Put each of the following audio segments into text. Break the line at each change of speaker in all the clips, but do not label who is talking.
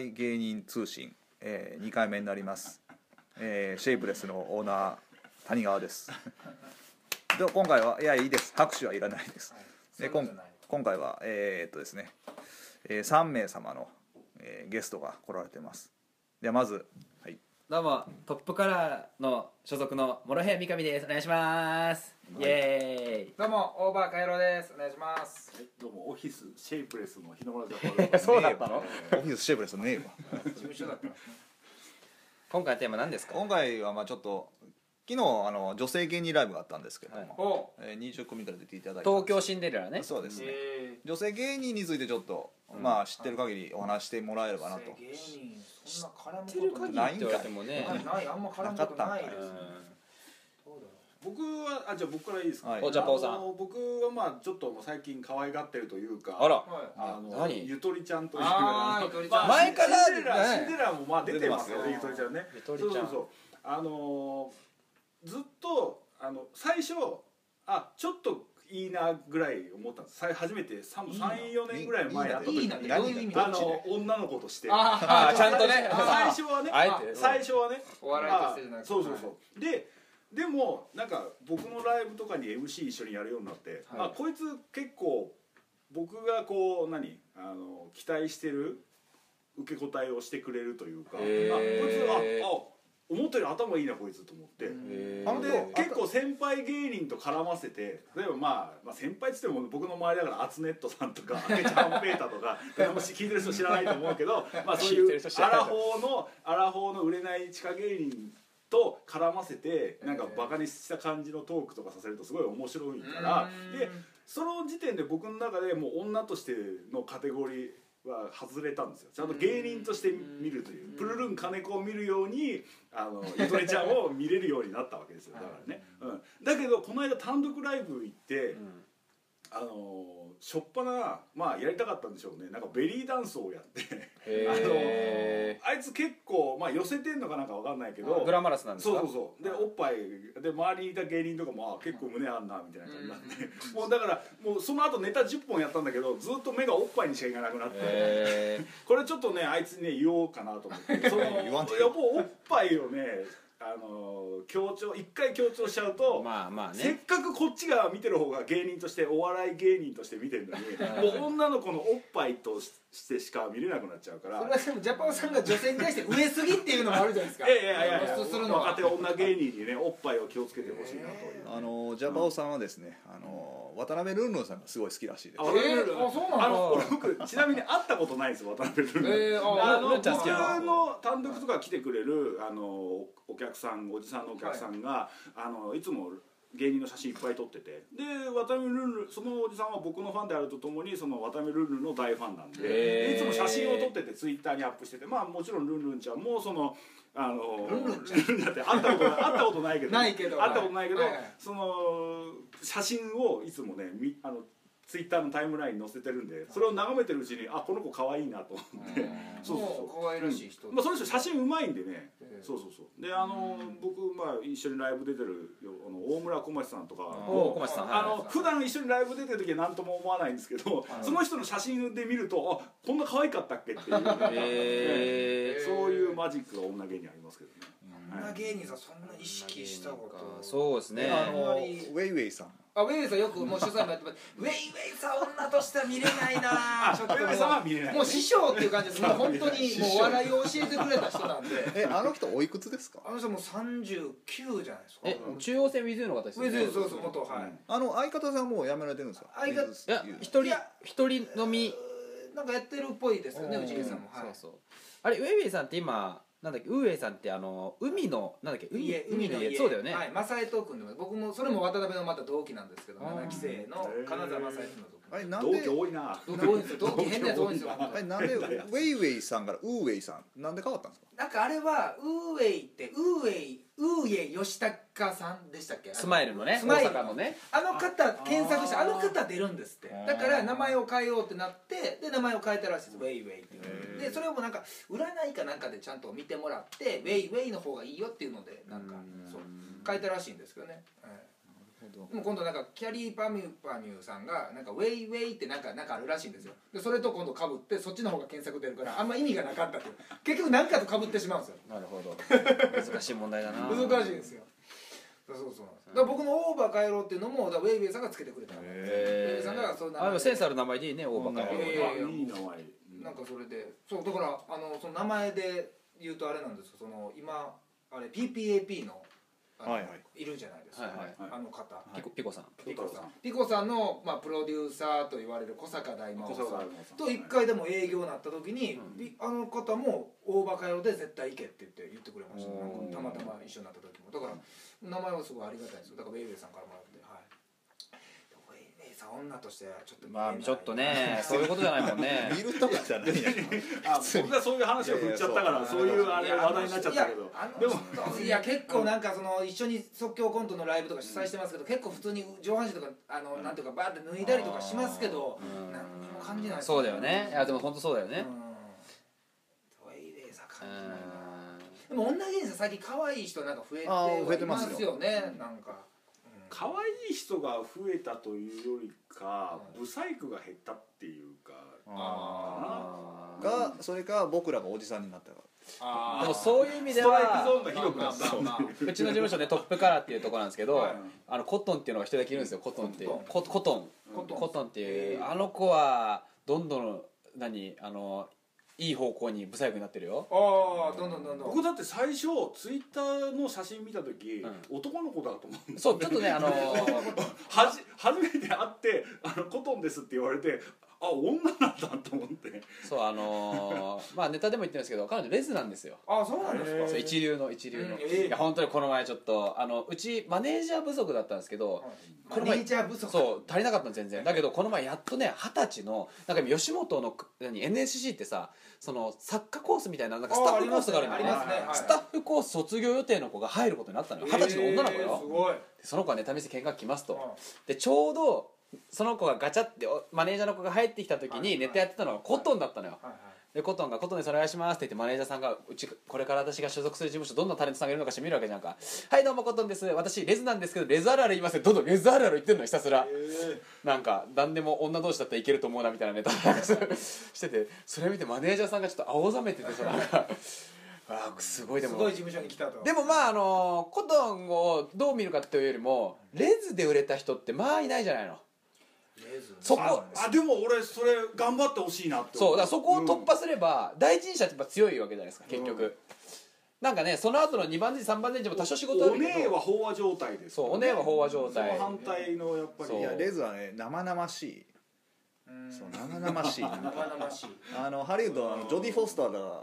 い芸人通信、えー、2回目になります、えーシェイプレスのオーナー谷川ですで今回はいやいいです拍手はいらないです、で
そうい
こ
うんことじゃない
今回はえーっとですね、え3名様の、えーゲストが来られてますではまずはい
どうもトップカラーの所属の諸平三上ですお願いしますイエ
どうもオーバーカイロですお願いします
はいどうもオフィスシェイプレスの日の丸でございます
そうだったのオフィスシェイプレスねえわ
事務所だった
ーイ今回のテーマ何ですか
今回はまあちょっと昨日あの女性芸人ライブがあったんですけど
はい
も、
お
えー、20組から出ていただいたん
東
です
京シンデレラね
そうですね、
え
女性芸人についてちょっと、まあ知ってる限りお話してもらえればなと
芸人そんな絡む
知ってる
こと
限り
な
っ
い
て
んか
言われてもね
ないないあんま絡むことないです
な
ね
か
そうだろ
僕はあじゃあ僕からいいですか、
はい
おじゃあポーさん
あの僕はまあちょっともう最近可愛がってるというか
あら
うはい
あの
何
ゆとりちゃんという
あーゆとりちゃん
まあ
前から
シンデレラ
ね
シンデレラもまあ出てますよね
出
ゆ
て
と
ます
りち
よ
ゃんね
ゆとりちゃん
そうそうそうあのーずっとあの最初あちょっといいなぐらい思ったんですさい初めて34年ぐらい前やった時
いい
に
なってどういう意味
あの女の子として
あ
ーちゃんと ね
最初はね
あえてね
最初はね
お笑いとしてじゃなくて
そうそうそうででもなんか僕のライブとかに MC 一緒にやるようになって、
はい
あこいつ結構僕がこう何あの期待してる受け答えをしてくれるというか、
へー
あこいつああ思ったより頭いいなこいつと思って。
へー
あの
で結構先輩芸人と絡ませて例えば、まあ、まあ先輩っつっても僕の周りだからアツネットさん とかアケちゃんペータとかもし聞いてる人知らないと思うけ ど、まあ、そう
聞いて
い
る
う
人知ら
ア
ない
ラフォーのアラフォーの売れない地下芸人と絡ませてなんかバカにした感じのトークとかさせるとすごい面白いから
うーん
でその時点で僕の中でもう女としてのカテゴリーは外れたんですよちゃんと芸人として見るというプルルン金子を見るようにあ のゆとりちゃんを見れるようになったわけですよだからね、うん、だけどこの間単独ライブ行って、あのしょっぱなまあやりたかったんでしょうねなんかベリーダンスをやって
へ
あいつ結構まあ寄せてんのかなんかわかんないけ
ー
ど
グラマラスなんです
そう
か
そうそうでおっぱいで周りにいた芸人とかもあ結構胸あんなみたいな感じになって、 もうだからもうその後ネタ10本やったんだけどずっと目がおっぱいにしかいかなくなって、
へ
これちょっとねあいつにね言おうかなと思ってその
言わんと
やっぱおっぱいをねあの強調一回強調しちゃうと、
ーまあまあ
せっ
ね
かくこっちが見てる方が芸人としてお笑い芸人として見てるのにもう女の子のおっぱいとししてしか見れなくなっちゃうから
それはでもジャパンさんが女性に対して上すぎっていうのもあるじゃないですか
いやいやいやいや
露出するのは
若手女芸人にねおっぱいを気をつけてほしいなという、
あのジャパオさんはですねあの渡辺ルンルンさんがすごい好きらしいです
あ俺
えーあそうなんだ
あの俺僕ちなみに会ったことないんです渡辺ルンルン
えーあ
あの
ルン
僕
ちゃん好きなの
の単独とか来てくれるあのおお客さんおじさんのお客さんが、あのいつも芸人の写真いっぱい撮っててで渡辺ルンルンそのおじさんは僕のファンであるとともにその渡辺ルンルンの大ファンなんで
へー
でいつも写真を撮っててツイッターにアップしててまあもちろんルンルンちゃんもその。あのルンルンちゃんって会ったことない会ったことないけど
ないけど
会ったことないけど、
はいはい
その写真をいつもねみあのツイッターのタイムラインに載せてるんでそれを眺めてるうちにあこの子可愛いなと思ってそうそうそう
もう可愛らしい人
まあ、その人写真うまいんでね、
ええ
そうそうそうであの僕、まあ、一緒にライブ出てるよあの大村小町さんとか
お小町さん
あ
は
の普段一緒にライブ出てる時は何とも思わないんですけど、その人の写真で見るとあこんな可愛かったっけっていう、
い
え
へー
えそういうマジックが女芸にありますけどね、
女芸人さんそんな意識したこと
そうですね
あ
あんま
のウ
り
ェイウェイさん
あウェイウェイさんよくもう取材もやってますウェイウェイさん女としては見れないな
あ
ちょっ
上上さんは
と
見れない
もう師匠っていう感じですもう本当にもうお笑いを教えてくれた人なんで
えあの人おいくつですか
あの人もう39じゃないですか
え中央線ウィズユーの方です
ウ
よ
ェイ
ね
ウェイそうそう元はい
あの相方さんはもうやめられてるんですか
相方
水
いや
木優
一人
いや
一人のみ
なんかやってるっぽいですよね
うん
内家さんもはい
そうそうあれウェイウェイさんって今なんだっけウェイウェイさんってあの海のなんだっけ海
家
海の家そうだよね、
はい正江君でも僕もそれも渡辺のまた同期なんですけど
あー
7期生の金沢正江君の
あれ
同
なん
同
で
期多いな
期同期多いんですよ同期変なやつ多いんですよ
あれなんでウェイウェイさんからウーウェイさんなんで変わったんですか
なんかあれはウーウェイってウーウェイウーウェイ吉高さんでしたっけ
スマイルのね
スマイル
大阪のね
あの方検索して
あ
あ
ー
の方出るんですってだから名前を変えようってなってで名前を変えたらしいですウェイウェイっていうでそれをもうなんか占いかなんかでちゃんと見てもらってウェイウェイの方がいいよっていうのでなんかそう変えたらしいんですけどね、はい
ほ
もう今度なんかキャリーパミュパミュさんがなんかウェイウェイってなんかなんかあるらしいんですよでそれと今度かぶってそっちの方が検索出るからあんま意味がなかったっていう結局何かとかぶってしまうんですよ
なるほど 難しい問題だな
難しいですよそうそうそうだから僕の「オーバー帰ろう」っていうのもだからウェイウェイさんがつけてくれたのウェイウェ
え
イさんがそんな
あでもセンスある名前でいいね大バカ
いやいやいや
いい名前
なんかそれでそうだからあのその名前で言うとあれなんですけどその今あれ PPAP のあの、
はいはい
るじゃないですか、
はいはい
あの方、
ピコピコさん
ピコさんピコさんの、まあ、プロデューサーと言われる小坂大魔王さ
小坂大
ん
魔王さん
と一回でも営業になった時に、
うん
びあの方も「大バカ野郎で絶対行け」って言って言ってくれました
おー
なんかたまたま一緒になった時もだから名前はすごいありがたいですよだからウェイウェイさんからもらってはいでもウェイウェイさん女としてはちょっと見えない
まあちょっとね そういうことじゃないもんね
ど見るとかじゃないや ん
あ僕がそういう話を振っちゃったからそういうあれ話題になっちゃったけど
で
で
も
も
いや結構なんかその一緒に即興コントのライブとか主催してますけど結構普通に上半身とかあのなんていうかバーって脱いだりとかしますけど
うん
何にも感じない
そうだよねいやでも本当そうだよ
うん
ね
トイレさ
う
感じないなんでも女芸人さん最近可愛い人なんか増えて
あー増えて
い
ま
ます
よ
すよねなんかうん
可愛い人が増えたというよりかブサイクが減ったっていうか
あー
がそれか僕らがおじさんになったか
あー
でもそういう意味
ス
で
トライクゾー
は
ンが広くなった
まあまあまあ
うちの事務所ねトップカラーっていうところなんですけど、
はい
あのコットンっていうのが一人だけいるんですよコットンっていうココトン
コットン
コットンってい
へ
う
ー
あの子はどんどん何あのいい方向に不細工になってるよ
あーどんどんどんどん
僕だって最初ツイッターの写真見た時、
う
男の子だと思う
そうちょっとねあの
はじ初めて会って「あのコトンです」って言われてあ女なんだと思って
そうあのまあネタでも言ってるんですけど彼女レズなんですよ
あーそうなんですか
へー
そう一流の一流の、
うんええ
いや本当にこの前ちょっとあのうちマネージャー不足だったんですけど、
マ
この
ネ
前
ージャー不足
そう足りなかったの全然だけどこの前やっとね二十歳のなんか今吉本の何 NSC ってさその作家コースみたいななんかスタッフコースがあるんだ
あり
よね
ますねあります
ス
ね
タッフコース卒業予定の子が入ることになったのよ二十歳の女の子
えーす
よ、
ごい
でその子はネタ見せ見学来ますと、
うん
でちょうどその子がガチャっておマネージャーの子が入ってきた時
はいは
に
い
ネタやってたのがコットンだったのよ、
はいはい
でコトンが「コトンですお願いします」って言ってマネージャーさんが「うちこれから私が所属する事務所どんなタレントさんがいるのかし見るわけじゃんか「はいどうもコトンです私レズなんですけどレズあるある言いますよどんどんレズあるある言ってんのひたすらなんか何でも女同士だったらいけると思うなみたいなネタしててそれ見てマネージャーさんがちょっと青ざめててさなんかあーすごいですも
ごい事務所に来たと
でもまああのコトンをどう見るかっていうよりもレズで売れた人ってまあいないじゃないの
レズ
そこ
ああでも俺それ頑張ってほしいなって
そうだか
思
らそこを突破すれば、第一人者ってやっぱ強いわけじゃないですか結局、
うん
なんかねその後の2番手3番手にも多少仕事あ
お
るけど
姉は飽和状態です
そうお姉は飽和状
その
態
反対のやっぱり
そう
らいやレズはね生々しい
うん
そう生々しいなんか
生々しい
あのハリウッドはあのジョディ・フォスターだが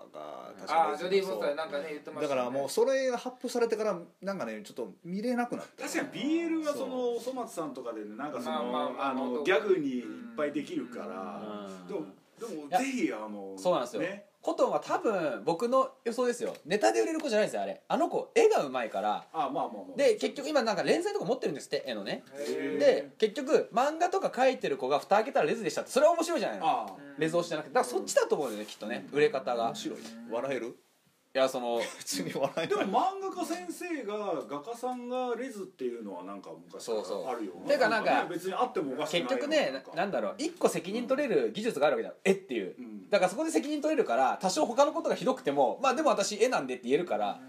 確か
あージョディ・フォスター
そ
なんかね言ってま
う
し
だ
た
からもう
う
それが発布されてからなんかねちょっと見れなくなった
確かに BL はそのおそ松さんとかでねなんかそ
まあ
の,、
まあまあ
あの
男
ギャグにいっぱいできるから、
うん
でもでも
いや
ぜひあの
そうなんですよ、
ね
コトンは多分僕の予想ですよネタで売れる子じゃないですよあれあの子絵がうまいから
あまあまあまあ
で結局今なんか連載とか持ってるんですって絵のね
へー
で結局漫画とか描いてる子が蓋開けたらレズでしたってそれは面白いじゃないの
ああ
レズ推しじゃなくてだからそっちだと思うんだよねきっとね売れ方が
面白い笑える
いやその
普通に笑え
で
る
も漫画家先生が画家さんがレズっていうのはなんか昔から
そうそう
あるよね
てかなんか
ね別にあってもおかしくない
結局ねななんだろう一個責任取れる技術があるわけじゃん絵っていう
うん
だからそこで責任取れるから多少他のことがひどくてもまあでも私絵なんでって言えるから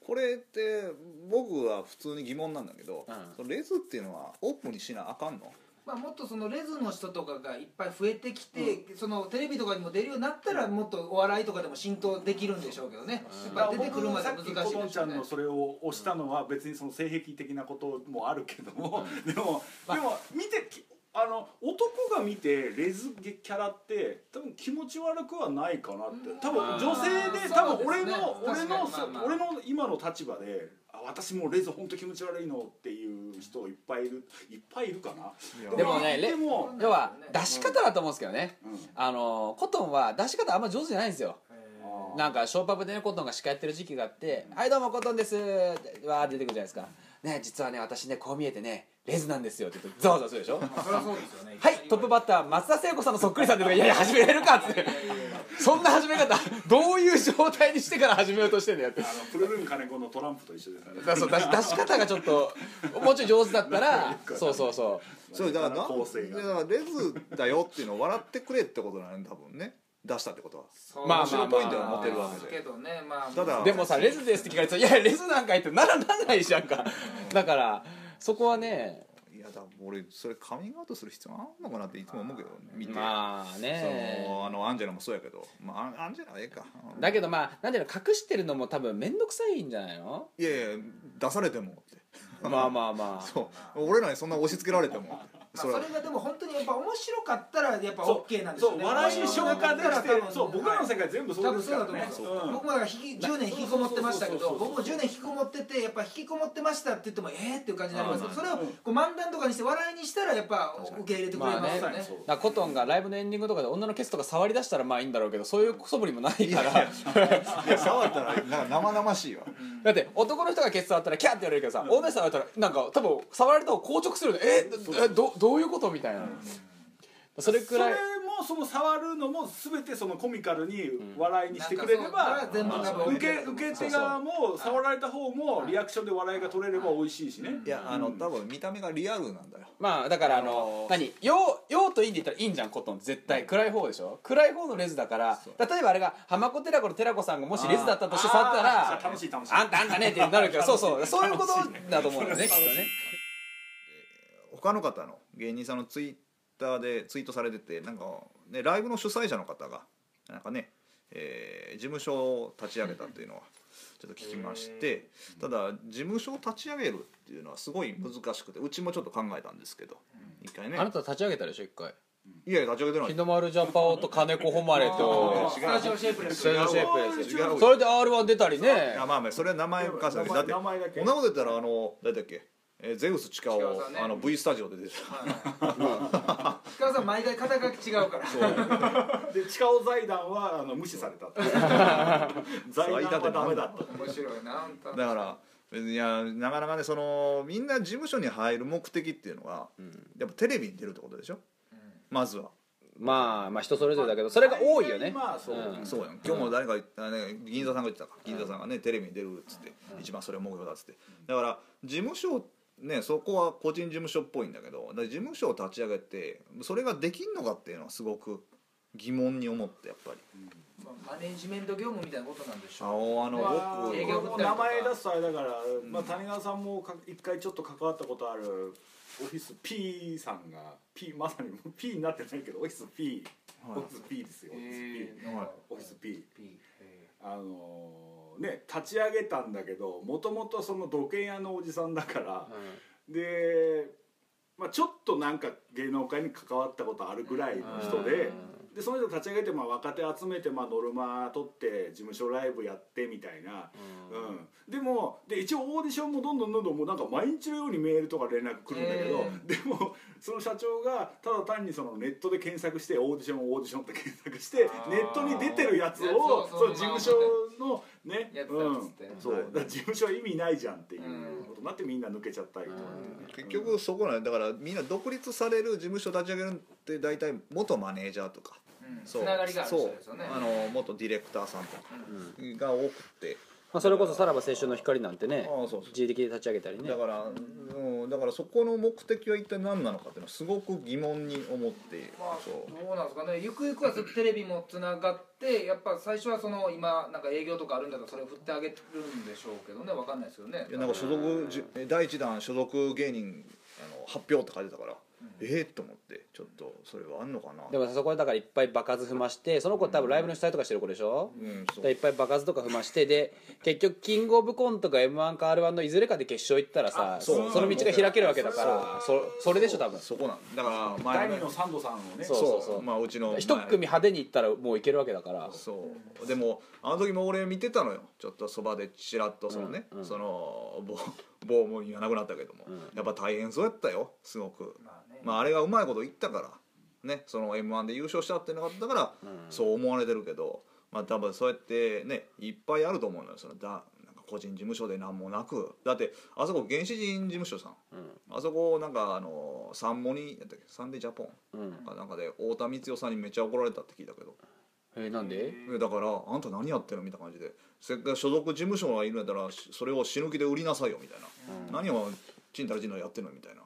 これって僕は普通に疑問なんだけど、
うん
そのレズっていうのはオープンにしなあかんの
まあもっとそのレズの人とかがいっぱい増えてきてそのテレビとかにも出るようになったらもっとお笑いとかでも浸透できるんでしょうけどね
うん
や
だ
っ
か
ぱ出
ら
てくる
僕
まで
さ
難
っ
しい
き
で
コ
しょ
ト
う
ン
ね
ちゃんのそれを押したのは別にその性癖的なこともあるけども、でも、
まあ
でも見てきあの男が見てレズキャラって多分気持ち悪くはないかなって多分
うん
女性
う
で
ん
多分
そう
俺
です
の、
ね
俺
確かに
の
まあまあ
俺の今の立場であ私もうレズ本当気持ち悪いのっていう人いっぱいいるいっぱいいるかな
でもねレ
でも、
うん
要は出し方だと思うんですけどね
うん
あのコトンは出し方あんま上手じゃないんですよ
あー
なんかショーパブでねコトンが司会やってる時期があって「はいどうもコトンです」ってわー出てくるじゃないですか「ね実はね私ねこう見えてねレズなんですよ」って言ってざわざわするでしょ
まあそりゃそうですよね
はい、トップバッター松田聖子さんのそっくりさんでとかいやいや始めれるかっつってそんな始め方どういう状態にしてから始めようとしてんだよって
あのプルルン金子のトランプと一緒ですね
だ そう出し出し方がちょっと もうちょい上手だったらそうそうそう
そうだからな
構成が
だからレズだよっていうのを笑ってくれってことなんだ多分ね出したってことは
そう
まあまあまあ
面白いポイントが
持てるわけで
けどねまあ
ただ
でもさ「レズです」って聞かれてたら「いやレズなんかい」ってならならないじゃんかだからそこはね
いやだから俺それカミングアウトする必要あんのかなっていつも思うけどね見て、
まあね
そのあのアンジェラもそうやけど、まあ、アンジェラはええか
だけどまあなんていうの隠してるのも多分面倒くさいんじゃない の
いやいや出されてもって
まあまあまあ
そう俺らにそんな押し付けられても
まあ、それがでも本当にやっぱ面白かったらやっぱ
そう
OK なんです
そ
よ
う
ね
笑いに消化できてるそう僕らの
世
世界全部
多
そうで
分
す
そう
か
だ
ら
と思い
ね
ますよ、
うん
僕もだから引き10年引きこもってましたけ
そうそ
ど
うそうそう
僕も10年引きこもっててやっぱ引きこもってましたって言ってもえーっていう感じになりますけ
う
ど
ん
それをこう漫談とかにして笑いにしたらやっぱ受け入れてくれますよ
ま
ね,、
あ
ねそう
だからコトンがライブのエンディングとかで女のケツとか触り出したらまあいいんだろうけどそういう素振りもないから
いや触ったらなんか生々しいわ
だって男の人がケツ触ったらキャーって言われるけどさ女の人触ったらなんか多分触られた方硬直するのええどどういうことみたいなそれくらい
それもその触るのも全てそのコミカルに笑いにしてくれれば、
うんなんかそう
まあ受け受け手側も触られた方もリアクションで笑いが取れれば美味しいしね
いやあの多分見た目がリアルなんだよ
まあだからあの何「陽」陽と「陰」で言ったら「陰」じゃんコトン絶対暗い方でしょ暗い方のレズだから例えばあれが浜子寺子の寺子さんがもしレズだったとして触った
あー
ら
楽しい楽しい
あんたあんたねってなるけどそうそうそういうことだと思うんだよねきっとね
他の方の芸人さんのツイッターでツイートされててなんか、ね、ライブの主催者の方がなんかね、えー事務所を立ち上げたっていうのはちょっと聞きましてただ事務所を立ち上げるっていうのはすごい難しくてうちもちょっと考えたんですけど一回ね
た立ち上げたでしょ一回
いやいや立ち上げてない
日の丸ジャパオと金子誉れ
あー
と
スタジオシェイプレス
スタジオシェイプレス
違う
それで r 1出たりね
いやまあまあそれは名前かだけどだって
名
こん
前だけ
なこと言ったらあの誰だっけ、えーゼウス地下
地下
を
さんね
あの V スタジオで出てた
塚田さん毎回肩書き違うから
で地下尾財団はあの無視された 財団はダメだと
面白いな本当
だから別にいやなかなかねそのみんな事務所に入る目的っていうのが、やっぱテレビに出るってことでしょ、まずは、
まあまあ人それぞれだけどそれが多いよね
まあそう、
うん
そうやん今日も誰か言った、ね、銀座さんが言ってたか銀座さんがねテレビに出るっつって、一番それは目標だっつってだから事務所ねそこは個人事務所っぽいんだけどだから事務所を立ち上げてそれができんのかっていうのはすごく疑問に思ってやっぱり
まあマネージメント業務みたいなことなんでし
あ
ょう
の
まあ
僕
営業部
もう名前出すとあれだから、まあ、谷川さんもか一回ちょっと関わったことあるオフィス P さんが P まさにもう P になってないけどオフィス P、
はい
オフィス P ですよオフィス P
はい
オフィス P
ピーへ
あのーね立ち上げたんだけどもともとその土建屋のおじさんだから、で、まあ、ちょっとなんか芸能界に関わったことあるぐらいの人で。でその人立ち上げて、まあ、若手集めて、まあ、ノルマ取って事務所ライブやってみたいな、うん、でもで一応オーディションもどんどんどんどんもうなんか毎日のようにメールとか連絡来るんだけど、でもその社長がただ単にそのネットで検索してオーディションオーディションって検索して
あー
ネットに出てるやつ
やつを
を
その
そ
まま
の事務所のね
やってた
う
っつっ
ん
て
そうだから事務所は意味ないじゃんっていう
うん
ことになってみんな抜けちゃったりとかね
結局そこなんだからみんな独立される事務所立ち上げるって大体元マネージャーとか
うんつ
そう
ながりがある人ですよね
そうあの元ディレクターさんとかが多くて、
まあ、それこそさらば青春の光なんてね
ああそうそう
自力で立ち上げたりね
だから、うん、だからそこの目的は一体何なのかっていうのはすごく疑問に思って、
まあ、
そ
ど
う
うなんですかねゆくゆくはずっとテレビもつながってやっぱ最初はその今なんか営業とかあるんだからそれを振ってあげるんでしょうけどねわかんないですよね
いやなんか所属じ第一弾所属芸人あの発表って書いてたから、ええと思ってちょっとそれはあんのかな
でもさそこでだからいっぱい場数踏ましてその子多分ライブの主催とかしてる子でしょ、
うん
だ
そ
からいうっぱい場数とか踏ましてで結局キングオブコントか m 1か r 1のいずれかで決勝行ったらさ
あ
そ
そう
その道が開けるわけだからそそれでしょ多分
そこなんだから
第
前
二
の
のサンドさんをね
そう
そうまあうちの
一
前
組派手に行ったらもういけるわけだから
そうでもあの時も俺見てたのよちょっとそばでちらっとそのね、
うんうん
その 棒棒も言わなくなったけども、
ん
やっぱ大変そうやったよすごく、
まあね
まあ、あれがうまいこと言ったからねその m 1で優勝したっていうのがあったから、そう思われてるけどまあ多分そうやってねいっぱいあると思うのよそのだなんか個人事務所で何もなくだってあそこ原始人事務所さん、あそこなんかあのサンモニやったっけサンデージャポン
うん
かなんかで太田光代さんにめっちゃ怒られたって聞いたけど
えーなんで
えだからあんた何やってるみたいな感じでせっかく所属事務所がいるんやったらしそれを死ぬ気で売りなさいよみたいな、何をちんたらちんたらやってんのみたいな、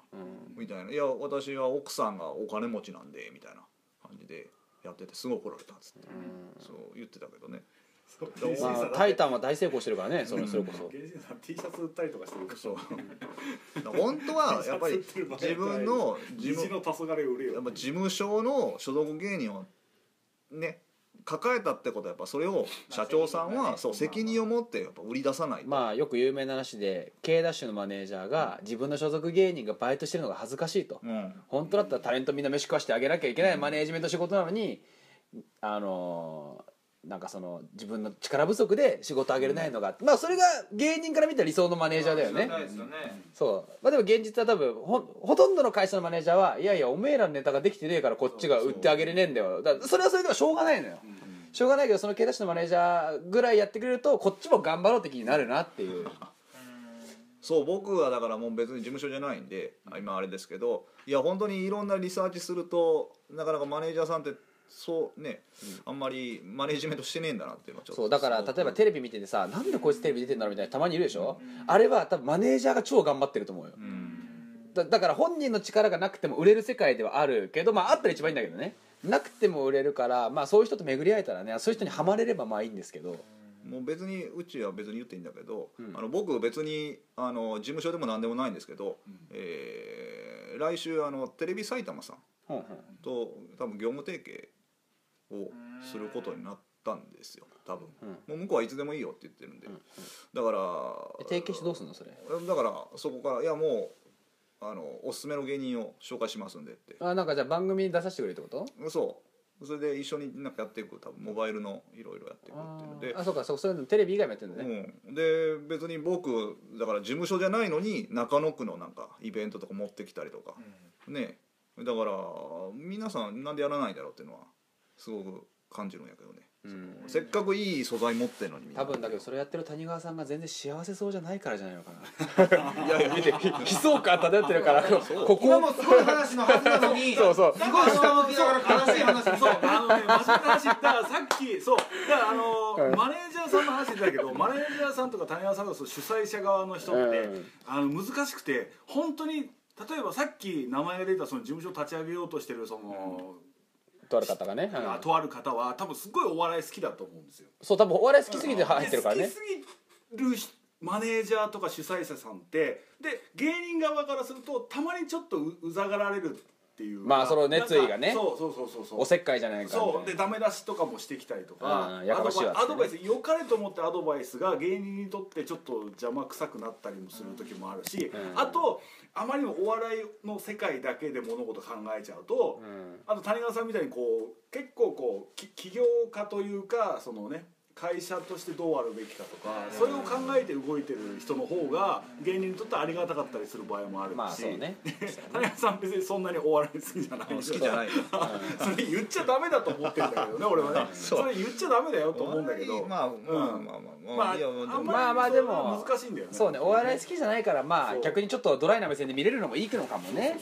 みたいないや私は奥さんがお金持ちなんでみたいな感じでやっててすごい怒られたっつって、そう言ってたけどね
そう
どう
原神
ま
さ
あ
ん、だっ
タ
て
イタンは大成功してるからねそれそれこそ
原神さん T シャツ売ったりとかしてるから
そう本当はやっぱり自分の自
虹
分
の黄昏を売れ
や
よ
っぱ事務所の所属芸人をね抱えたってことはやっぱそれを社長さん
まあ
はそう責任を持ってやっぱ売り出さないと
まあよく有名な話で K ダッシュのマネージャーが自分の所属芸人がバイトしてるのが恥ずかしいと
うん
本当だったらタレントみんな飯食わしてあげなきゃいけないマネージメント仕事なのにあのーなんかその自分の力不足で仕事あげれないのが、まあそれが芸人から見たら理想のマネージャーだよね
そうですよね
そうまあでも現実は多分ほほとんどの会社のマネージャーはいやいやおめえらのネタができてねえからこっちが売ってあげれねえんだよだからそれはそれではしょうがないのよ、しょうがないけどその経営者のマネージャーぐらいやってくれるとこっちも頑張ろうって気になるなっていう
そう僕はだからもう別に事務所じゃないんで今あれですけどいや本当にいろんなリサーチするとなかなかマネージャーさんってそうね、あんまりマネージメントしてねえんだなっていうのはちょっと
そうだから例えばテレビ見ててさなんでこいつテレビ出てんだろうみたいなたまにいるでしょ、あれは多分マネージャーが超頑張ってると思うよ、だだから本人の力がなくても売れる世界ではあるけどまああったら一番いいんだけどねなくても売れるからまあそういう人と巡り合えたらねそういう人にはまれればまあいいんですけど
もう別にうちは別に言っていいんだけど、あの僕別にあの事務所でも何でもないんですけど、えー来週あのテレビ埼玉さん
うんうん
と多分業務提携をすることになったんですよ多分、もう向こうはいつでもいいよって言ってるんで、だから
え提携してどうすんのそれ
だからそこから「いやもうあのおすすめの芸人を紹介しますんで」って
あなんかじゃあ番組に出させてくれるってこと
そうそれで一緒になんかやっていく多分モバイルのいろいろやっていくっていうので
あそうかそうそういうのテレビ以外もやってるんだね、
うん、で別に僕だから事務所じゃないのに中野区のなんかイベントとか持ってきたりとか、ねだから皆さんなんでやらないんだろうっていうのはすごく感じるんやけどね、
うん
せっかくいい素材持ってるのにみんな
多分だけどそれやってる谷川さんが全然幸せそうじゃないからじゃないのかな
いやいや見て
悲壮感漂ってるからここ
今
こ
もすごい話のはずなのに
そうそう
すごい下向きながら悲しい話
そうあのね真面目な話だからさっきそうだからあの、マネージャーさんの話だけどマネージャーさんとか谷川さんとかそう主催者側の人って、
うん
あの難しくて本当に例えばさっき名前が出たその事務所を立ち上げようとしてるその、
とある方がね、うん
あとある方は多分すごいお笑い好きだと思うんですよ。
そう多分お笑い好きすぎて入ってるから
で
ね
好きすぎるしマネージャーとか主催者さんってで芸人側からするとたまにちょっとううざがられるっていうか
まあその熱意がね
なんかそうそうそうそうそう
おせっかいじゃないかみたいな
そうでダメ出しとかもしてきたりとか
う
ア
んやかま
ド
しいわ
バ
っ
イ
つってね
アドバイス良かれと思ってアドバイスが芸人にとってちょっと邪魔くさくなったりもする時もあるし
うん
あとあまりにもお笑いの世界だけで物事考えちゃうと
うん
あと谷川さんみたいにこう結構こうき起業家というかそのね会社としてどうあるべきかとかそれを考えて動いてる人の方が芸人にとってはありがたかったりする場合もあるし、
まあそうね
谷川さん別にそんなにお笑い好きじゃな
好
い
きじゃないい
それ言っちゃダメだと思ってるんだけどね俺はね
そう
それ言っちゃダメだよと思うんだけど
まあまあまあまあまあ、いや
ん
でも
まあまあでも
難しいんだよね
そうねお笑い好きじゃないからまあ
そう
逆にちょっとドライな目線で見れるのもいいのかもね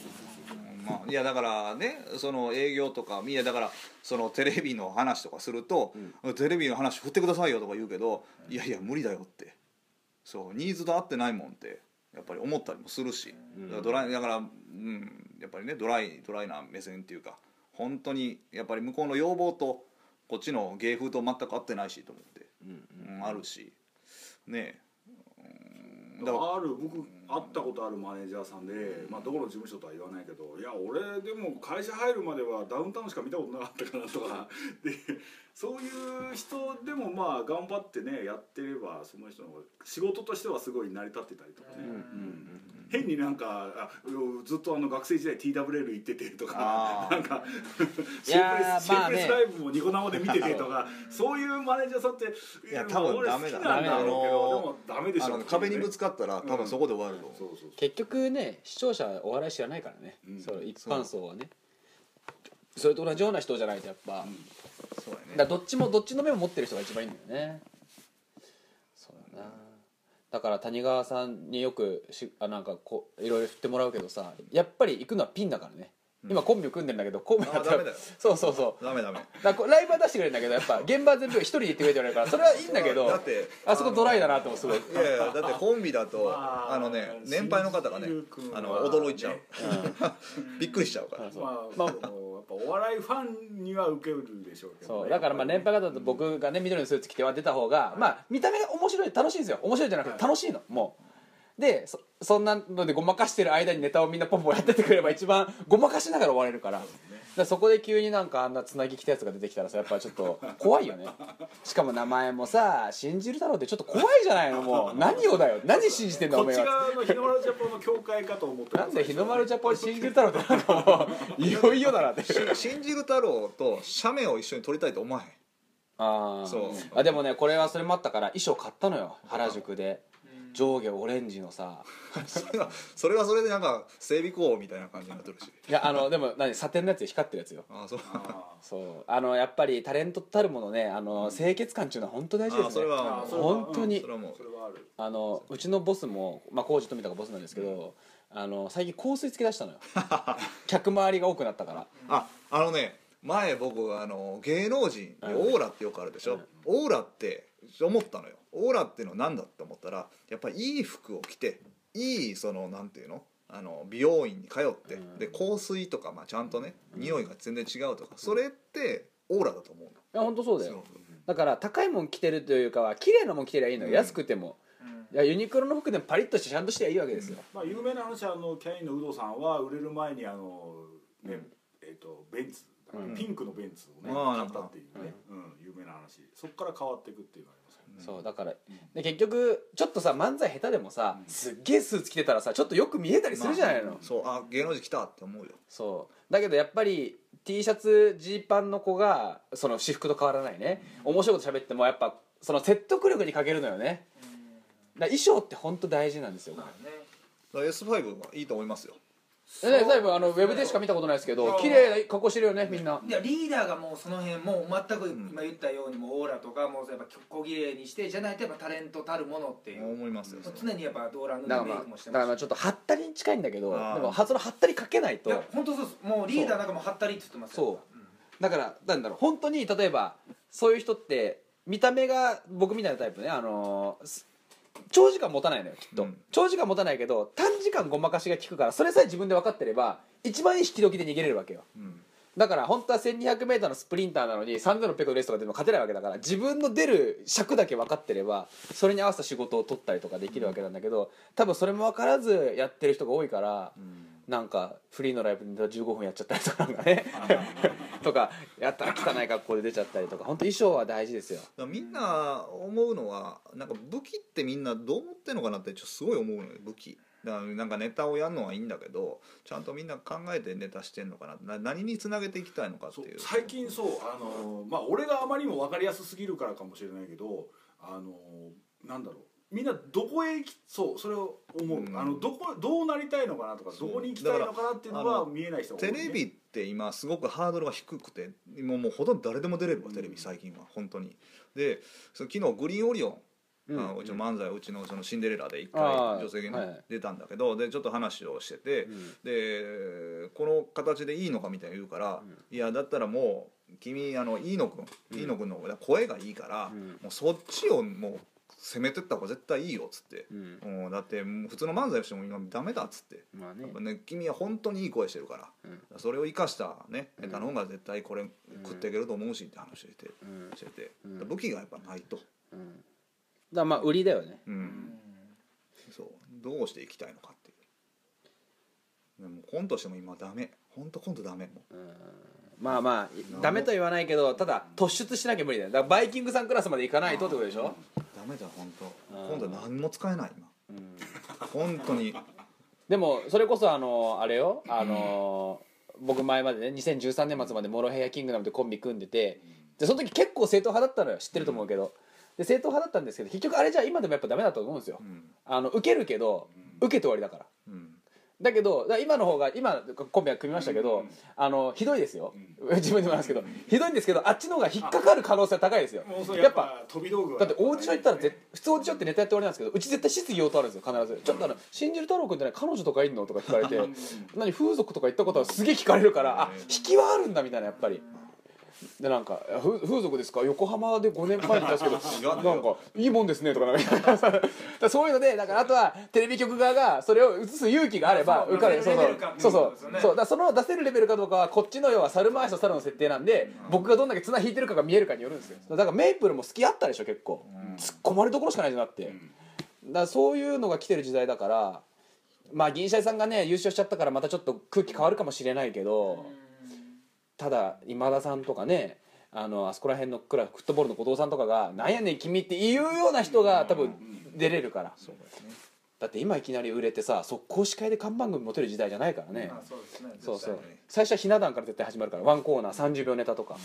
まあ、いやだからねその営業とかいやだからそのテレビの話とかすると、テレビの話振ってくださいよとか言うけど、いやいや無理だよってそうニーズと合ってないもんってやっぱり思ったりもするし、だからドライだから、うん、やっぱりねドライドライな目線っていうか本当にやっぱり向こうの要望とこっちの芸風と全く合ってないしと思って、うんあるしねえ、うん、だから
ある僕会ったことあるマネージャーさんで、まあ、どこの事務所とは言わないけどいや俺でも会社入るまではダウンタウンしか見たことなかったからとか でそういう人でもまあ頑張ってねやってればその人の方が仕事としてはすごい成り立ってたりとかね、うん変になんかあずっとあの学生時代 TWL 行っててとか
あー
なんか
い
シェイプレ
やー
スシェ
まあ
イプ
ね
レスライブもニコ生で見ててと かそういうマネージャーさんって
いや多分
俺好きなんだろうけどでもダメでしょ
あの壁にぶつかったら多分そこで終わると思う。
そうそうそう
結局ね視聴者はお笑い知らないからね、
ん
その一般層はねそれと同じような人じゃないとやっぱ、
そうやね
だからどっちもどっちの目を持ってる人が一番いいんだよねそうだなだから谷川さんによくしあなんかこういろいろ振ってもらうけどさやっぱり行くのはピンだからね今コンビを組んでるんだけどコンビだった
あーダ
ら
メだよ
そうそうそう
ダメダメ
だからこうライブは出してくれるんだけどやっぱ現場全部一人で行ってくれてるからそれはいいんだけど
だって
あそこドライだなってもすごい
いやいやだってコンビだと
まあ
あのね年配の方がね
新宿君は
あの驚いちゃう
ね
びっくりしちゃうから
そう
まあ、そのやっぱお笑いファンには受けるでしょうけどね、
そうだからまあ年配方だと僕がね緑のスーツ着ては出た方がまあ見た目が面白い楽しいんですよ面白いじゃなくて楽しいのもうでそそんなのでごまかしてる間にネタをみんなポンポンやってってくれれば一番ごまかしながら終われるからだからそこで急になんかあんなつなぎ着たやつが出てきたらさやっぱちょっと怖いよ ねしかも名前もさ「信じる太郎」ってちょっと怖いじゃないの もう何をだよ何信じてんだお
こっ
前
ち
は
側の日の丸ジャポンの協会かと思って
なんで日の丸ジャポン信じる太郎ってなんかもう いよいよだなって
信じる太郎と写メを一緒に撮りたいと思わへん
ああ
そう
あでもねこれはそれもあったから衣装買ったのよ原宿で上下オレンジのさ
それはそれはそれでなんか整備工みたいな感じになってるし
いやあので も何サテンのやつで光ってるやつよ
ああそう
あ
そうあのやっぱりタレントたるものねあの清潔感っていうのは本当大事
あ
で
あ
す
それ
ね
は
あーそれは
本当
うん
に
それはも
ー
う
それはある
あのうちのボスもまあ工事富田がボスなんですけどあの最近香水つけ出したのよ客回りが多くなったから
ああのね前僕あの芸能人でオーラってよくあるでしょ、オーラって思ったのよオーラっていうのは何だって思ったらやっぱりいい服を着ていいそのなんていうのあの美容院に通って、
うん
で香水とか、まあ、ちゃんとね、匂いが全然違うとかそれってオーラだと思うの
いや本当そうだ
すご
よ
く
だから高いもん着てるというかは綺麗なもん着てりゃいいのよ
うん
安くてもいやユニクロの服でもパリッとしてちゃんとしてりゃいいわけですよ
まあ有名な話あのキャインの有働さんは売れる前にあのね、えっ、とベンツ
うん
ピンクのベンツをね、
ああ
買ったっていうね、うん有名な話そこから変わっていくっていうのがありますよ
そ
ね
うだから、で結局ちょっとさ漫才下手でもさ、すっげえスーツ着てたらさちょっとよく見えたりするじゃないの、
そうあ芸能人来たって思うよ
そうだけどやっぱり T シャツジーパンの子がその私服と変わらないね面白いこと喋ってもやっぱその説得力に欠けるのよねだから衣装って本当大事なんですよ、
まあね
だから S5 はいいと思いますよ
えね最後あのウェブでしか見たことないですけど
そう
綺麗な格好してるよねみんない
やリーダーがもうその辺もう全く今言ったようにもうオーラとかもうやっぱ小綺麗にしてじゃないとやっぱタレントたるものっていう
思いますよ
もう
それ
常にやっぱドーラン
だか
の
ら
メイ
ま
クもして
あだ
ま
か
す
らまあちょっとハッタリに近いんだけどで
あー
もはそのハッタリかけない
いや
と
本当そうですもうリーダーなんかもうハったりって言ってますよ
そうだからなんだろう本当に例えばそういう人って見た目が僕みたいなタイプねあのーす長時間持たないのよきっと、
うん
長時間持たないけど短時間ごまかしが効くからそれさえ自分で分かってれば一番いい引き時で逃げれるわけよ
うん
だから本当は 1200m のスプリンターなのに3600のレースとかでも勝てないわけだから自分の出る尺だけ分かってればそれに合わせた仕事を取ったりとかできるわけなんだけど多分それも分からずやってる人が多いから、なんかフリーのライブで15分やっちゃったりとかなんかね とかやったら汚い格好で出ちゃったりとか本当衣装は大事ですよ。
だからみんな思うのはなんか武器ってみんなどう思ってんのかなってちょっとすごい思うのよ武器だからなんかネタをやるのはいいんだけどちゃんとみんな考えてネタしてんのかなな何につなげていきたいのかって
そう
いう
最近そうあのまあ俺があまりにも分かりやすすぎるからかもしれないけどあのなんだろうみんなどこへ行きそうそれを思う、
うん
あのどこどうなりたいのかなとか
そ
ど
う
こに行きたいのかなっていうの
だから
は
あの
見えない人が多い
テ
ね、
レビって今すごくハードルが低くてもうもうほとんど誰でも出れるわテレビ最近は本当にでその昨日グリーンオリオン
うん
あのうちの漫才うちのそのシンデレラで一回
あー
女性芸
は
人
い
出たんだけどでちょっと話をしてて
うん
でこの形でいいのかみたいに言うからいやだったらもう君あの飯野君飯野君の方が声がいいから
うん
もうそっちをもう攻めてった方が絶対いいよっつって
う。ん
うん、だってもう普通の漫才をしても今ダメだっつって
まあね
やっぱね、君は本当にいい声してるから、それを生かしたねネタの方が絶対これ食っていけると思うしって話してて、
うん
してて、
うん
武器がやっぱないと、
うんだからまあ売りだよね
う
うんん
そうどうしていきたいのかっていうでもコントしても今ダメ本当コントダメもう
まあまあダメとは言わないけどただ突出しなきゃ無理だよだからバイキングさんクラスまで行かないとってことでしょ、
ダメだ本当
う
今
ん
度何も使えない今
うん
本当に
でもそれこそあのあれよあの僕前までね2013年末までモロヘイヤキングダムでコンビ組んでてでその時結構正統派だったのよ知ってると思うけどで正統派だったんですけど結局あれじゃ今でもやっぱダメだと思うんですよ
うん
あの受けるけど受けて終わりだから
うん
だけどだから今の方が今コンビは組みましたけど、
うん
あのひどいですよ、
う
自分でもなんですけどひどいんですけどあっちの方が引っかかる可能性は高いですよ
もうそれ
や
や
っ
っ
ぱ
ぱ飛び道具は
だってオーディション行ったらぜ普通オーディションってネタやって終わりなんですけどうち絶対質疑応答あるんですよ必ずちょっとあの「信じる太郎君ってね彼女とかいんの?」とか聞か れて「何風俗とか行ったことはすげえ聞かれるからあ引きはあるんだ」みたいなやっぱり。でなんか「ふ風俗ですか横浜で5年前にいた んですけどなんかいいもんですね」とかなんか だからそういうのでだからあとはテレビ局側がそれを映す勇気があれば
そう
受かる
出
そ
せ
う
る
そ
レベ
う
ルかって
そ
いうう
そ
こと
う
ですよね
そうだからその出せるレベルかどうかはこっちの要は猿回しと猿の設定なんで僕がどんだけ綱引いてるかが見えるかによるんですよだからメイプルも好きあったでしょ結構突っ込まれどころしかないじゃなくてだからそういうのが来てる時代だからまあ銀シャリさんがね優勝しちゃったからまたちょっと空気変わるかもしれないけどただ今田さんとかねあのあそこら辺のクラフットボールの後藤さんとかが「なんやねん君」って言うような人が多分出れるからだって今いきなり売れてさ速攻司会で看板組持てる時代じゃないからね
あそうですね
そうそう
絶対ね
最初はひな壇から絶対始まるからワンコーナー30秒ネタとか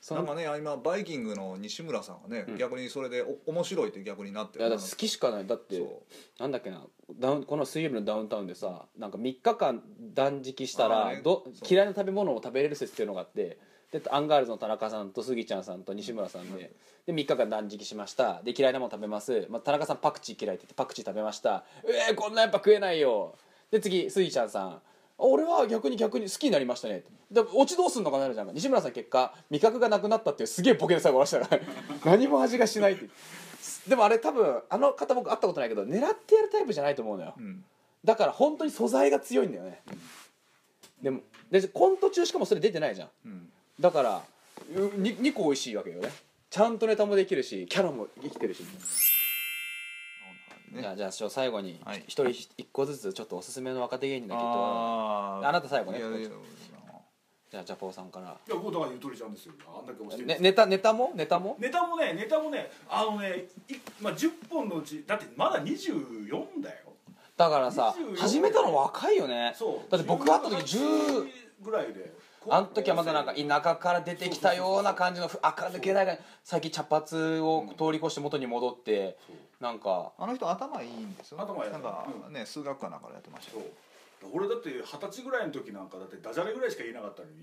そ
なん
の
かね今バイキングの西村さんがね、
ん
逆にそれでお面白いって逆になって
いやだから好きしかないだって
そ
なんだっけなダウンこの水曜日のダウンタウンでさなんか3日間断食した
あ
ら、
ーね
ど
そう
嫌いな食べ物を食べれる説っていうのがあってでアンガールズの田中さんとスギちゃんさんと西村さんでで3日間断食しましたで嫌いなもの食べます、まあ、田中さんパクチー嫌いって言ってパクチー食べましたえー、こんなやっぱ食えないよで次スギちゃんさんあ俺は逆に逆に好きになりましたねでオチどうすんのかなるじゃん西村さん結果味覚がなくなったっていうすげえボケで最後終わらせたから 何も味がしないってでもあれ多分あの方僕会ったことないけど狙ってやるタイプじゃないと思うのよ、
う、うん、
だから本当に素材が強いんだよね、でもでコント中しかもそれ出てないじゃん
うん、
だから2個美味しいわけよねちゃんとネタもできるしキャラも生きてるし、
ね
じゃあじゃあ師匠最後に
はい
一人一個ずつちょっとおすすめの若手芸人だけ言ってもらおう
あー
あなた最後ね
いやいや
じゃあジャポーさんから
いや僕だからゆとりちゃんですよあんだけ押してる
ね、ネタネタもネタも
ネタもねネタもねあのねいまあ、10本のうちだってまだ24だよ
だからさ
24
始めたの若いよね
そう
だって僕会った時10
18ぐらいで
あの時はまだなんか田舎から出てきたような感じのふ垢抜けないが最近茶髪を通り越して元に戻ってなんか
あの人頭いいんですよ
頭いい
なんかね数学かなんかでやってました
そう
よ
俺だって二十歳ぐらいの時なんかだってダジャレぐらいしか言えなかったのに、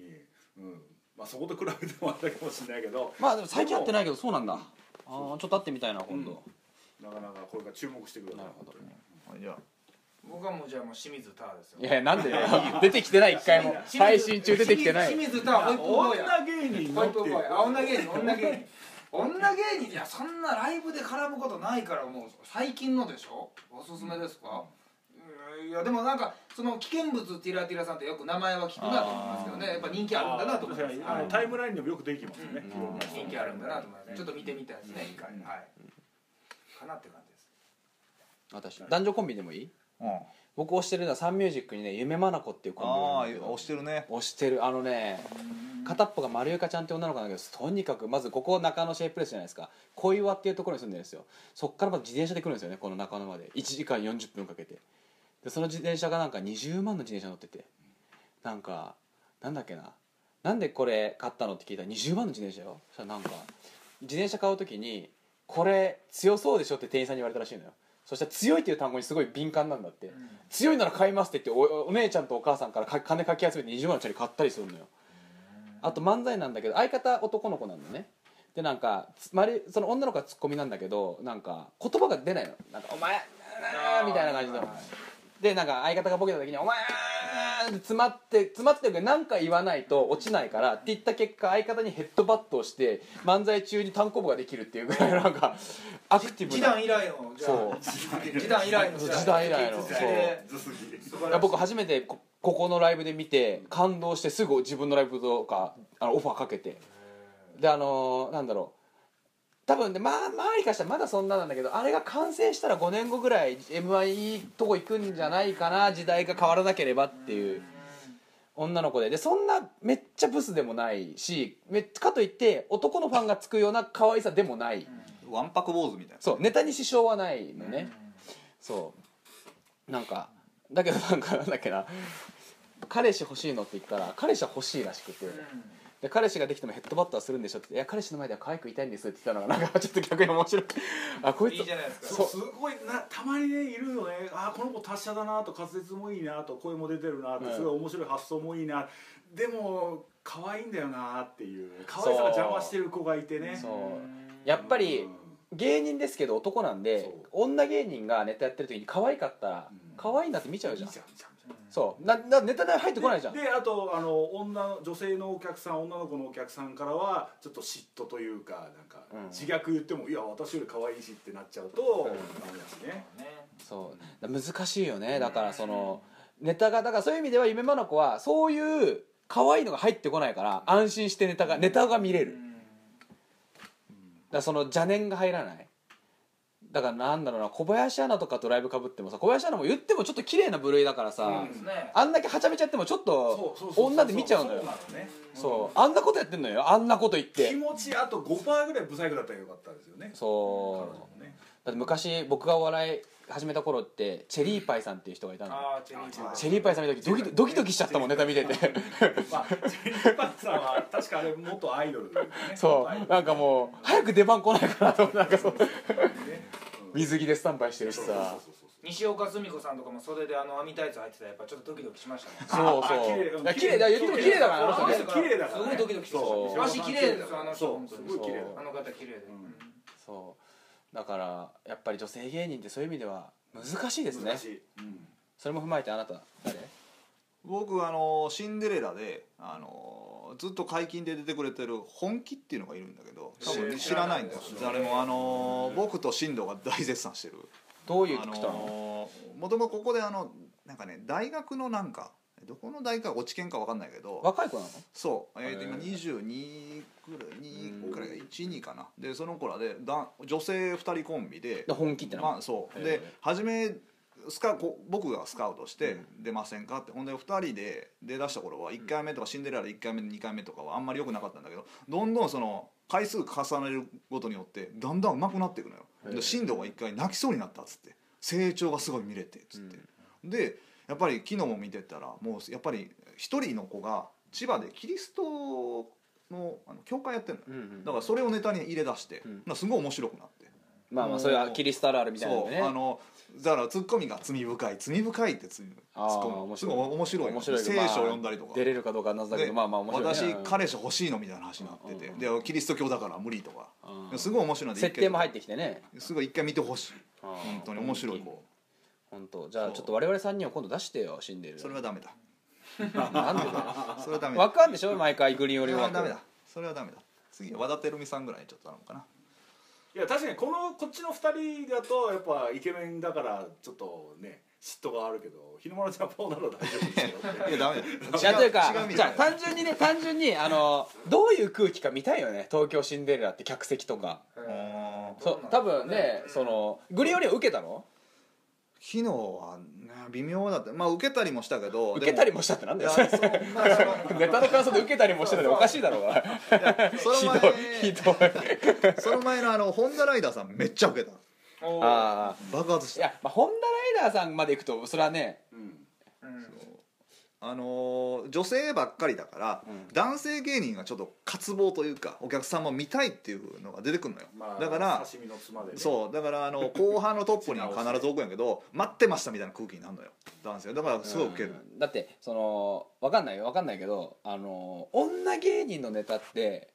うんまあ、そこと比べてもあれだかもしれないけど
まあでも最近会ってないけどそうなんだあーちょっと会ってみたいな今度
なかなかこれから注目してくる
なるほど
はいじゃあ
僕はもうじゃあもう清水太ですよ
いやなんでだよ 出てきてない一回も
清水
配信 中出てきてない
清水清水太ホイップボーイや
女芸人
ホイ
の
ッ
って
プ
い
ボ
う
ーイあ女芸人女芸人女芸人いやそんなライブで絡むことないからもう最近のでしょおすすめですか、うんいやでもなんかその危険物ティラティラさんってよく名前は聞くなと思いますけどねやっぱ人気あるんだなと思います
あのタイムラインでもよくできますよね、
はい人気あるんだなと思いますちょっと見てみたいですね一回はいかなって感じです
私男女コンビでもいい
うん
僕推してるのはサンミュージックにね夢まなこっていうコンビが
あ
いるんだけ
あ
ど
押してるね
押してるあのね片っぽが丸ゆかちゃんって女の子なんだけどとにかくまずここ中野シェイプレスじゃないですか小岩っていうところに住んでるんですよそっからまず自転車で来るんですよねこの中野まで1時間40分かけてでその自転車がなんか20万の自転車乗っててなんかなんだっけななんでこれ買ったのって聞いたら20万の自転車よそしたらなんか自転車買う時に「これ強そうでしょ」って店員さんに言われたらしいのよそしたら「強い」っていう単語にすごい敏感なんだって、強いなら買いますって言っておお姉ちゃんとお母さんからか金かき集めて20万のチャリ買ったりするのよあと漫才なんだけど相方男の子なんだねでなんかつまりその女の子はツッコミなんだけどなんか言葉が出ないのなんか「お前あー」みたいな感じのでなんか相方がボケた時に「お前あー」って詰まって詰まってるけど何か言わないと落ちないからって言った結果相方にヘッドバットをして漫才中に単行部ができるっていうぐらいのなんかアクティブ
時
な
短以来のじゃ
そう
あ時短以来の
そう時短以来の
時代
ずすぎ
素晴
い
ら
や
しい
僕初めてこここのライブで見て感動してすぐ自分のライブとかあのオファーかけてであのーなんだろう多分ね、まあ、周りからしたらまだそんななんだけどあれが完成したら5年後ぐらい m 1いいとこ行くんじゃないかな時代が変わらなければっていう女の子ででそんなめっちゃブスでもないしめかといって男のファンがつくような可愛さでもない
わんぱく坊主みたい
そうネタに支障はないのね、そうなんかだけどなんかなんだっけな彼氏欲しいのって言ったら彼氏は欲しいらしくて、で彼氏ができてもヘッドバットはするんでしょって言って「いや彼氏の前では可愛くいたいんです」って言ったのがなんかちょっと逆に面白いあこいつ
いいじゃないですか
そうすごいなたまにねいるよねあーこの子達者だなと滑舌もいいなと声も出てるなと
うん
すごい面白い発想もいいなでも可愛いんだよなっていう可愛さが邪魔してる子がいてね
そう
うん
やっぱり
うん
芸人ですけど男なんで
そう
女芸人がネタやってる時に可愛かったら
うん
可愛いなって見ちゃうじゃん
いいいいじゃん
そうななネタで入ってこないじゃん
でであとあの女の女性のお客さん女の子のお客さんからはちょっと嫉妬というかなんか
うん
自虐言っても、いや私より可愛いしってなっちゃうと、
うん
ダメだしね
ね
そうだ難しいよねだからそのネタがだからそういう意味では夢まなこはそういう可愛いのが入ってこないから安心してネタがネタが見れ
う
る
ん
だからその邪念が入らないだからなんだろうな小林アナとかとライブかぶってもさ小林アナも言ってもちょっと綺麗な部類だからさ、
そうですね
あんだけはちゃめちゃやってもちょっと
そうそうそうそう
女で見ちゃうんだよ
そうなのね
そうあんなことやってんのよあんなこと言っ
気
て
持ちあと5%ぐらい不細工だったらよかったですよね彼
そ
女
う
もね
だって昔僕がお笑い始めた頃ってチェリーパイさんっていう人がいたの
あーチェリーパイ
チェリーパイさん見た時ドキドキドキしちゃったもんネタ見て て
まあジェニーパンさんは確かあれ元アイドルだよね
そうなんかもう早く出番来ないかなと思ってなん かそう水着でスタンバイしてるし
そうそう
さ
そうそう
西岡澄子さんとかも袖であの網タイツ入ってたらやっぱちょっとドキドキしましたね
そう
あ綺
そ
麗
ういや綺麗だ言っても綺麗だからあの人ね
あの人綺麗だからね
すごいドキドキしてま
そう
した足綺麗ですよあの人
そ
本
う
当
す
に
ごい綺麗だ
あの方綺麗で、
ん
そうだからやっぱり女性芸人ってそういう意味では難しいですね
難しいうん
それも踏まえてあなた誰
僕あのシンデレラであのずっと解禁で出てくれてる本気っていうのがいるんだけど多分知らないんだよ
知らない
誰もあの僕と進藤が大絶賛してる
どういう
あ
人なの
のもともとここであのなんかね大学のなんかどこの大学か落ち研か分かんないけど
若い子なの
そう、えー、と
へー
今22くらい2くらい12かなでその子らでだ女性2人コンビで
で本気ってなの
まあそう
へー
で初めスカこ僕がスカウトして
う
出ませんかってほんで2人で出だした頃は1回目とかシンデレラ1回目2回目とかはあんまり良くなかったんだけどどんどんその回数重ねるごとによってだんだん上手くなっていくのよ
へー
で進藤が1回泣きそうになったっつって成長がすごい見れてっつって、でやっぱり昨日も見てたらもうやっぱり一人の子が千葉でキリストのあの教会やってるのよ
うんうん
だからそれをネタに入れ出して、
うん
なすごい面白くなって。
まあまあそれはキリスタルあるみたいな
そう
のね
あのだからツッコミが罪深い罪深いって罪
あー
ツッコミ
面白い
すごい面白い
面白いけど
聖書を読んだりと
ま
か
あ出れるかどうかは謎だけ
で
どまあまあ面白いね
私彼氏欲しいのみたいな話になってて
うん
でキリスト教だから無理とか
うん
すごい面白いので
設定も入っ
って
きてね
てすごい一回見てほしい
本
本当に面白い子
本当じゃあ
そう
ちょっと我々三人を今度出してよ死んでる
それはダメだ
なんでだ
それはダメ
よ
だ
わかんでしょ毎回グリーン
そ
オリ
れ
オン
はダメだそれはダメだ次は和田照美さんぐらいにちょっと頼むか ない
や確かにこのこっちの2人だとやっぱイケメンだからちょっとね嫉妬があるけど日の丸ジャパンなら大丈夫ですよ
いやダメ
い
だ
やという
違う
か
違う意味
じ
だ
ゃあ単純にね単純にあのどういう空気か見たいよね東京シンデレラって客席とか
うん
うん
ど
そう
なん
う
だ
多
ろう
分ねそのグリーンオリオン受けたの
昨日はな微妙だったまあ受けたりもしたけど
受けたり
も
もしたってなん
い
だ
や
よ
そう
ネタの感想で受けたりもしてたらおかしいだろうが
その
ひど
前
いひどい
その前のあのホンダライダーさんめっちゃ受けた
おー
ああ
爆発し
い
た
や、まあ、ホンダライダーさんまで行くとそれはね
うん
うん
あのー女性ばっかりだから、
うん
男性芸人がちょっと渇望というかお客さんも見たいっていうのが出てくるのよ、
まあ
だから
刺身のつまでね
そうだからあの後半のトップには必ず置くんやけど待ってましたみたいな空気になるのよ男性だからすごい受ける、
うんだってそのわかんないよわかんないけどあの女芸人のネタって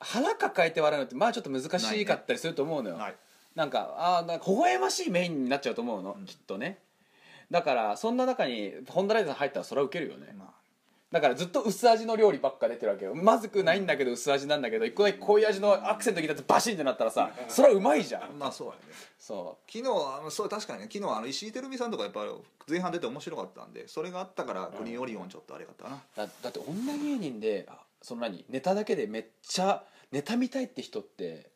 腹抱えて笑うのってまあちょっと難しかったりすると思うのよな,、
はい
んかあーなんか微笑ましいメインになっちゃうと思うの、
うん
きっとねだからそんな中に本田ライダーさん入ったらそれはウケるよね、
まあ
だからずっと薄味の料理ばっか出てるわけよまずくないんだけど薄味なんだけど一個だけこういう味のアクセントきたってバシンってなったらさそれはうまいじゃん
まあそうやね
そ
昨日はあのそう確かにね昨日はあの石井照美さんとかやっぱり前半出て面白かったんでそれがあったからグリーンオリオンちょっとあれだったかな、
うだだって女芸人であその何ネタだけでめっちゃネタ見たいって人って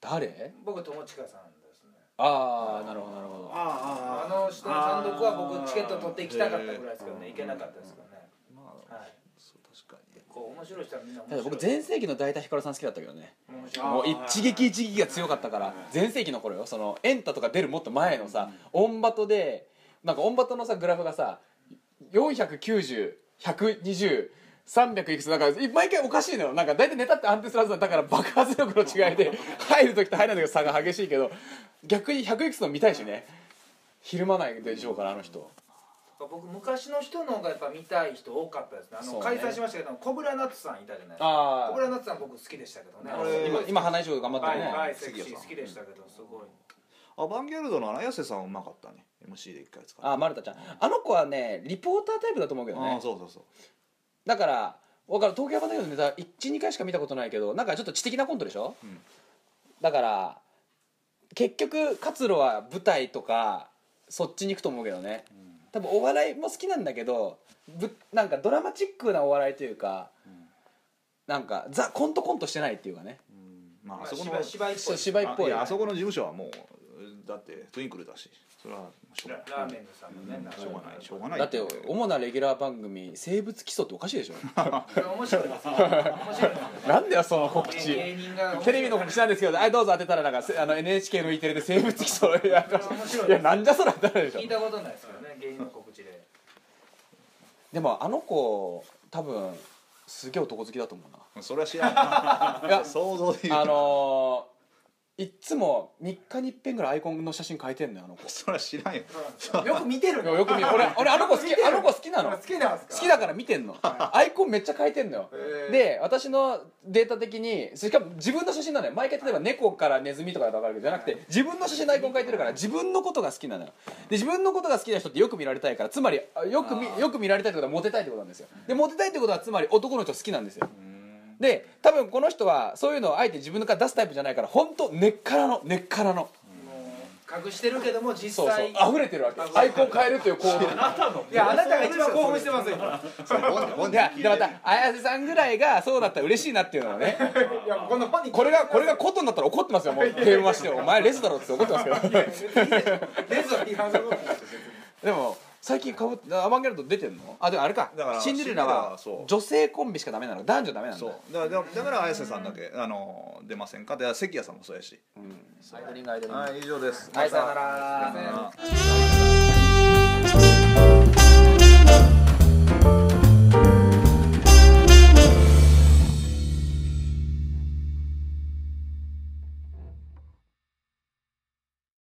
誰
僕友近さんですね
ああなるほどなるほど
あ
あの人の単独は僕チケット取って
い
行きたかったぐらいですけど
へ
ね
ー
行けなかったですからね
まあ、
はい
そう確かに
こう面白い人はみんな面
た
白
だ
い
僕全盛期の大田ヒカルさん好きだったけどね
面
あー
白い
もう一撃一撃が強かったか
は
ら
い
全盛期の頃よそのエンタとか出るもっと前のさオンバトでなんかオンバトのさグラフがさ490120120 300いくつだからい毎回おかしいのよなんか大体ネタって安定するはずなのだから爆発力の違 いで入る時と入らない時の差が激しいけど逆に100いくつの見たいしねひるまないでしょうからあの人
僕昔の人の方がやっぱ見たい人多かったですねあ
そ
の
うね
解散しましたけど小倉ナッツさんいたじゃないですか
あ
小倉ナッツさん僕好きでしたけどね
なるほど
今今花井翔頑張って
は
る
い
ね、
はいセクシ
杉
ー
谷さ
好
ん
きでしたけどすごい
アバンギャルドの綾瀬さんはうまかったね MC で一回使って
あ丸田ちゃんあの子はねリポータータイプだと思うけど
あ
ね
あそうそうそう
だから分かる東京アバタイのネタ12回しか見たことないけどなんかちょっと知的なコントでしょ、
ん
だから結局活路は舞台とかそっちに行くと思うけどね、多分お笑いも好きなんだけどぶなんかドラマチックなお笑いというか、なんかザコントコントしてないっていうかね
うんまあ
ま
あ
あ
そこの
芝芝居っぽ
そう
い
芝居っぽい,、
あやあそこの事務所はもうだってトゥインクルだしそれはしょうが
ラ
ない
ラーメンのさんのね
うんしょうがないしょうがない
だって主なレギュラー番組「生物基礎」っておかしいで しょ
それ面白いですよ面白いですよ
なんだよその告 知
芸人が
テレビの告知なんですけど、あどうぞ当てたらなんかせあの NHK の E テレで生物基礎をやりまし
それ面白い
た
ね
いやなんじゃそらってなる
聞
で
い
しょ
たことないですからね芸人の告知で
でもあの子多分すげえ男好きだと思う
それは知ら
ないや
ん想像で言う
あのー、いっつも3日に一遍ぐらいアイコンの写真変えてんのよあの子
それは知らんよ
よく見てる
いや よく見俺俺あの子好きあの子 好きなの
好きなんですか
好きだから見てんのアイコンめっちゃ変えてんのよ
へー
で私のデータ的にしかも自分の写真なのよ毎回例えば猫からネズミとかだと分かるけどじゃなくて自分の写真のアイコン変えてるから自分のことが好きなのよで自分のことが好きな人ってよく見られたいからつまりあよくみよく見られたいってことはモテたいってことなんですよでモテたいってことはつまり男の人好きなんですよで多分この人はそういうのをあえて自分から出すタイプじゃないから本当根っからの根っからの
もう隠してるけども
そ
実
うそう
際
溢れてるわけアイコン変えるという行動
いやあなたが一番興奮してますよ今
本
いやでまた綾瀬さんぐらいがそうだったら嬉しいなっていうのはね
いやこの本人
これがこれがコットンだったら怒ってます よもう電話して「お前レスだろ」って怒ってますけど
レズは批判することないですよ
でも最近かぶってアバンギャルド出てんのあでもあれか
だから
シンデレラは
シンデレラはそう
女性コンビしかダメなの男女ダメなんだ
そうだからだから綾瀬さんだけあの出ませんかで関谷さんもそうやし
アイドリングアイドリング
はい以上です
はいさよなら
さよなら
「